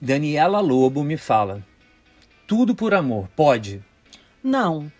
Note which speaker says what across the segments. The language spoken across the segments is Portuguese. Speaker 1: Daniela Lobo me fala: Tudo por amor, pode?
Speaker 2: Não.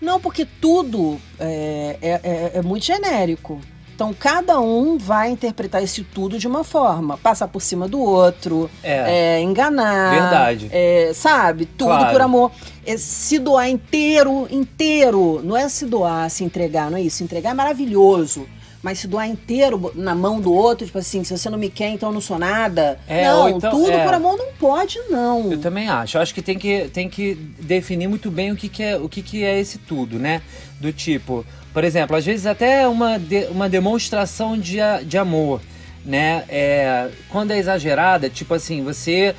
Speaker 2: Não, porque tudo é, é- é- é muito genérico. Então, cada um vai interpretar esse tudo de uma forma. Passar por cima do outro,
Speaker 1: É.
Speaker 2: é, enganar.
Speaker 1: Verdade.
Speaker 2: é, sabe? Tudo
Speaker 1: Claro.
Speaker 2: por amor. É se doar inteiro, inteiro. Não é se doar, se entregar, não é isso. Se entregar é maravilhoso. Mas se doar inteiro bo- na mão do outro, tipo assim, se você não me quer, então eu não sou nada.
Speaker 1: É,
Speaker 2: não,
Speaker 1: ou então-
Speaker 2: tudo
Speaker 1: é.
Speaker 2: por amor não pode, não.
Speaker 1: Eu também acho. Eu acho que tem que, tem que definir muito bem o que, que é o que, que é esse tudo, né? Do tipo, por exemplo, às vezes até uma, de- uma demonstração de, a- de amor, né? É, quando é exagerada, tipo assim, você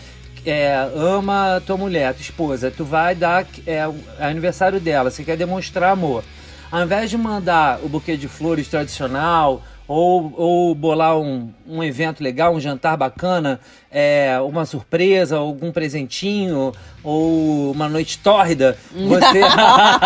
Speaker 1: é, ama a tua mulher, tua esposa, tu vai dar é, o aniversário dela, você quer demonstrar amor. Ao invés de mandar o buquê de flores tradicional ou, ou bolar um, um evento legal, um jantar bacana, é, uma surpresa, algum presentinho ou uma noite tórrida, você.
Speaker 2: Hum.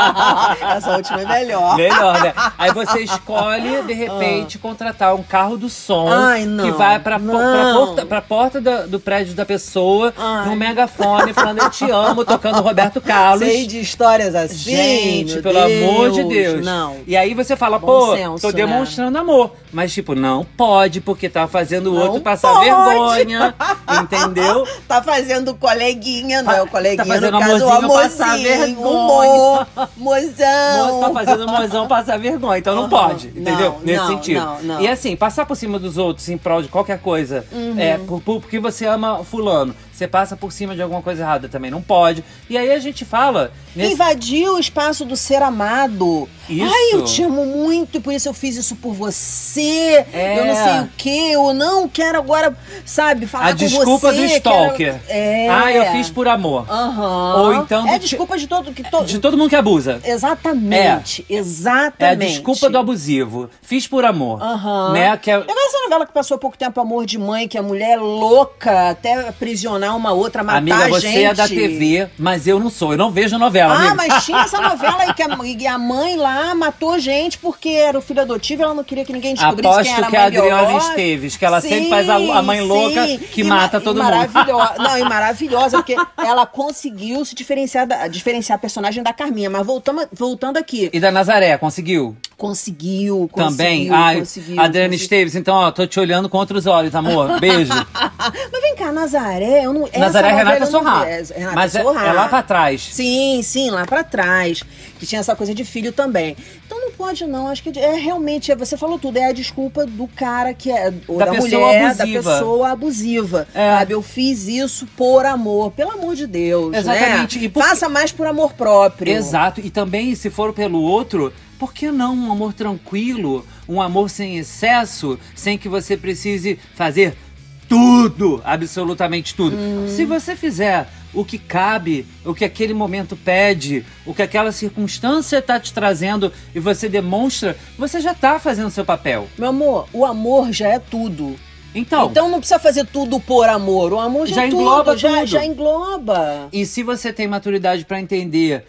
Speaker 2: Essa última é melhor.
Speaker 1: Melhor, né? Aí você escolhe, de repente, contratar um carro do som
Speaker 2: Ah. Ai, não.
Speaker 1: que vai pra, po- pra
Speaker 2: Não.
Speaker 1: porta, pra porta da- do prédio da pessoa,
Speaker 2: Ai.
Speaker 1: num megafone, falando eu te amo, tocando Roberto Carlos.
Speaker 2: Sei de histórias assim.
Speaker 1: Gente,
Speaker 2: meu
Speaker 1: pelo amor de Deus.
Speaker 2: Não.
Speaker 1: E aí você fala,
Speaker 2: Bom
Speaker 1: pô,
Speaker 2: senso,
Speaker 1: tô
Speaker 2: né?
Speaker 1: demonstrando amor. Mas, tipo, não pode, porque tá fazendo o
Speaker 2: Não
Speaker 1: outro passar
Speaker 2: pode.
Speaker 1: vergonha. Entendeu?
Speaker 2: Tá fazendo coleguinha, não é o coleguinha,
Speaker 1: tá fazendo
Speaker 2: no caso, o
Speaker 1: amorzinho passar
Speaker 2: amorzinho, o
Speaker 1: vergonha.
Speaker 2: mo, mozão.
Speaker 1: Mo- Tá fazendo o mozão passar vergonha, então não
Speaker 2: Aham.
Speaker 1: pode, entendeu?
Speaker 2: Não,
Speaker 1: Nesse
Speaker 2: não,
Speaker 1: sentido.
Speaker 2: não, não. Uhum.
Speaker 1: E assim, passar por cima dos outros em prol de qualquer coisa, é, por, por- porque você ama fulano, você passa por cima de alguma coisa errada também, não pode. E aí a gente fala. nesse-
Speaker 2: Invadiu o espaço do ser amado.
Speaker 1: Isso.
Speaker 2: Ai, eu te amo muito, por isso eu fiz isso por você.
Speaker 1: É.
Speaker 2: Eu não sei o quê, eu não quero agora, sabe, falar
Speaker 1: A
Speaker 2: com
Speaker 1: desculpa
Speaker 2: você,
Speaker 1: do stalker.
Speaker 2: quero- É.
Speaker 1: Ah, eu fiz por amor.
Speaker 2: Aham.
Speaker 1: Ou então
Speaker 2: É
Speaker 1: do
Speaker 2: a
Speaker 1: ti-
Speaker 2: desculpa de todo que todo
Speaker 1: De todo mundo que abusa.
Speaker 2: Exatamente, exatamente.
Speaker 1: É a desculpa do abusivo. Fiz por amor.
Speaker 2: Aham.
Speaker 1: Né? Que é-
Speaker 2: Agora essa novela que passou há pouco tempo, Amor de Mãe, que a mulher é louca até aprisionar uma outra, matar
Speaker 1: Amiga, você
Speaker 2: gente.
Speaker 1: é da TV, mas eu não sou. Eu não vejo novela,
Speaker 2: Ah,
Speaker 1: amiga.
Speaker 2: mas tinha essa novela aí que a, e a mãe lá matou gente porque era o filho adotivo e ela não queria que ninguém descobrisse
Speaker 1: Aposto
Speaker 2: quem era
Speaker 1: que
Speaker 2: a
Speaker 1: a
Speaker 2: mãe
Speaker 1: Adriana
Speaker 2: biológica.
Speaker 1: Esteves, que ela sempre
Speaker 2: Sim,
Speaker 1: faz a, a mãe
Speaker 2: sim.
Speaker 1: louca que
Speaker 2: E ma-
Speaker 1: mata
Speaker 2: e
Speaker 1: todo mundo. Ah,
Speaker 2: maravilhosa. Não, e maravilhosa, porque ela conseguiu se diferenciar, da- diferenciar a personagem da Carminha. Mas voltamos, voltando aqui,
Speaker 1: E da Nazaré, conseguiu?
Speaker 2: conseguiu, conseguiu,
Speaker 1: Também? Ai,
Speaker 2: conseguiu.
Speaker 1: Adriana
Speaker 2: conseguiu.
Speaker 1: Esteves, então, ó, tô te olhando com outros olhos, amor. Beijo.
Speaker 2: Mas vem cá, Nazaré, eu não. essa
Speaker 1: Nazaré é
Speaker 2: novela
Speaker 1: Renata
Speaker 2: eu não
Speaker 1: Sorrá.
Speaker 2: vi. É, Renata
Speaker 1: Mas é,
Speaker 2: Sorrá.
Speaker 1: é lá pra trás.
Speaker 2: Sim, sim, lá pra trás. Que tinha essa coisa de filho também. Então não pode, não. Acho que é realmente, é- você falou tudo, é a desculpa do cara que é. Ou
Speaker 1: Da
Speaker 2: da,
Speaker 1: pessoa
Speaker 2: mulher,
Speaker 1: abusiva.
Speaker 2: da pessoa abusiva.
Speaker 1: É.
Speaker 2: Sabe? Eu fiz isso por amor. Pelo amor de Deus.
Speaker 1: Exatamente,
Speaker 2: Né?
Speaker 1: e por-
Speaker 2: Faça mais por amor próprio.
Speaker 1: Exato. E também, se for pelo outro, por que não um amor tranquilo, um amor sem excesso, sem que você precise fazer tudo, absolutamente tudo? Se você fizer o que cabe, o que aquele momento pede, o que aquela circunstância tá te trazendo e você demonstra, você já tá fazendo o seu papel.
Speaker 2: Meu amor, o amor já é tudo.
Speaker 1: Então,
Speaker 2: Então não precisa fazer tudo por amor. O amor já,
Speaker 1: Já
Speaker 2: é tudo,
Speaker 1: engloba
Speaker 2: já,
Speaker 1: tudo.
Speaker 2: já engloba.
Speaker 1: e se você tem maturidade pra entender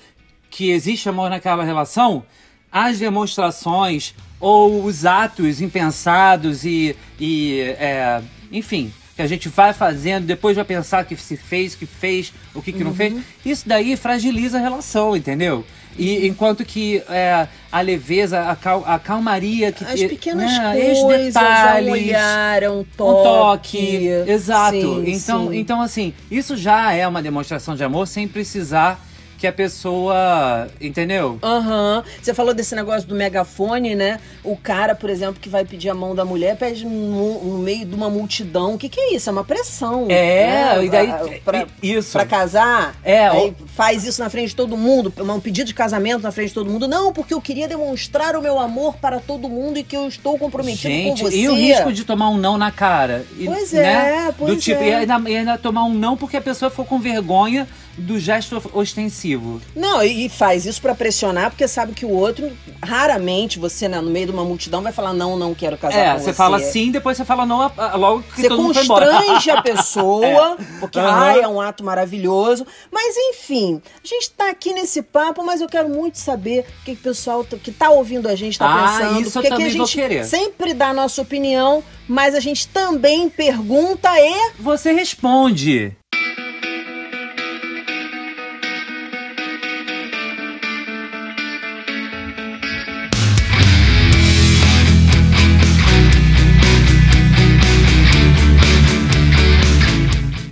Speaker 1: que existe amor naquela relação, as demonstrações ou os atos impensados e, e é, enfim, que a gente vai fazendo, depois vai pensar que se fez, que fez, o que, que não
Speaker 2: Uhum.
Speaker 1: fez, isso daí fragiliza a relação, entendeu? E enquanto que é, a leveza, a, cal- a calmaria que
Speaker 2: As
Speaker 1: e-
Speaker 2: pequenas
Speaker 1: né, os
Speaker 2: coisas, um
Speaker 1: detalhes,
Speaker 2: olhar, é um toque.
Speaker 1: um toque. Exato.
Speaker 2: Sim,
Speaker 1: então,
Speaker 2: sim.
Speaker 1: então, assim, isso já é uma demonstração de amor sem precisar que a pessoa. Entendeu?
Speaker 2: Aham. Você falou desse negócio do megafone, né? O cara, por exemplo, que vai pedir a mão da mulher, pede no, no meio de uma multidão. O que, que é isso? É uma pressão.
Speaker 1: É,
Speaker 2: né?
Speaker 1: e daí.
Speaker 2: Pra,
Speaker 1: i- isso.
Speaker 2: pra casar?
Speaker 1: É,
Speaker 2: Aí
Speaker 1: ó.
Speaker 2: faz isso na frente de todo mundo, um pedido de casamento na frente de todo mundo. Não, porque eu queria demonstrar o meu amor para todo mundo e que eu estou comprometido
Speaker 1: Gente,
Speaker 2: com você.
Speaker 1: e o risco de tomar um não na cara? E,
Speaker 2: Pois
Speaker 1: né?
Speaker 2: é, pois
Speaker 1: do tipo,
Speaker 2: é.
Speaker 1: E, ainda, e ainda tomar um não porque a pessoa ficou com vergonha do gesto ostensivo.
Speaker 2: Não, e e faz isso pra pressionar, porque sabe que o outro, raramente você, né, no meio de uma multidão, vai falar não, não quero casar
Speaker 1: é,
Speaker 2: com você.
Speaker 1: você fala sim, depois você fala não a- a- logo que
Speaker 2: Você
Speaker 1: todo mundo foi embora.
Speaker 2: constrange a pessoa, porque
Speaker 1: Aham.
Speaker 2: ai, é um ato maravilhoso. Mas enfim, a gente tá aqui nesse papo, mas eu quero muito saber o que, que o pessoal t- que tá ouvindo a gente tá
Speaker 1: Ah,
Speaker 2: pensando.
Speaker 1: isso eu
Speaker 2: porque aqui
Speaker 1: também
Speaker 2: a
Speaker 1: vou
Speaker 2: gente
Speaker 1: querer.
Speaker 2: sempre dá a nossa opinião, mas a gente também pergunta e
Speaker 1: Você responde.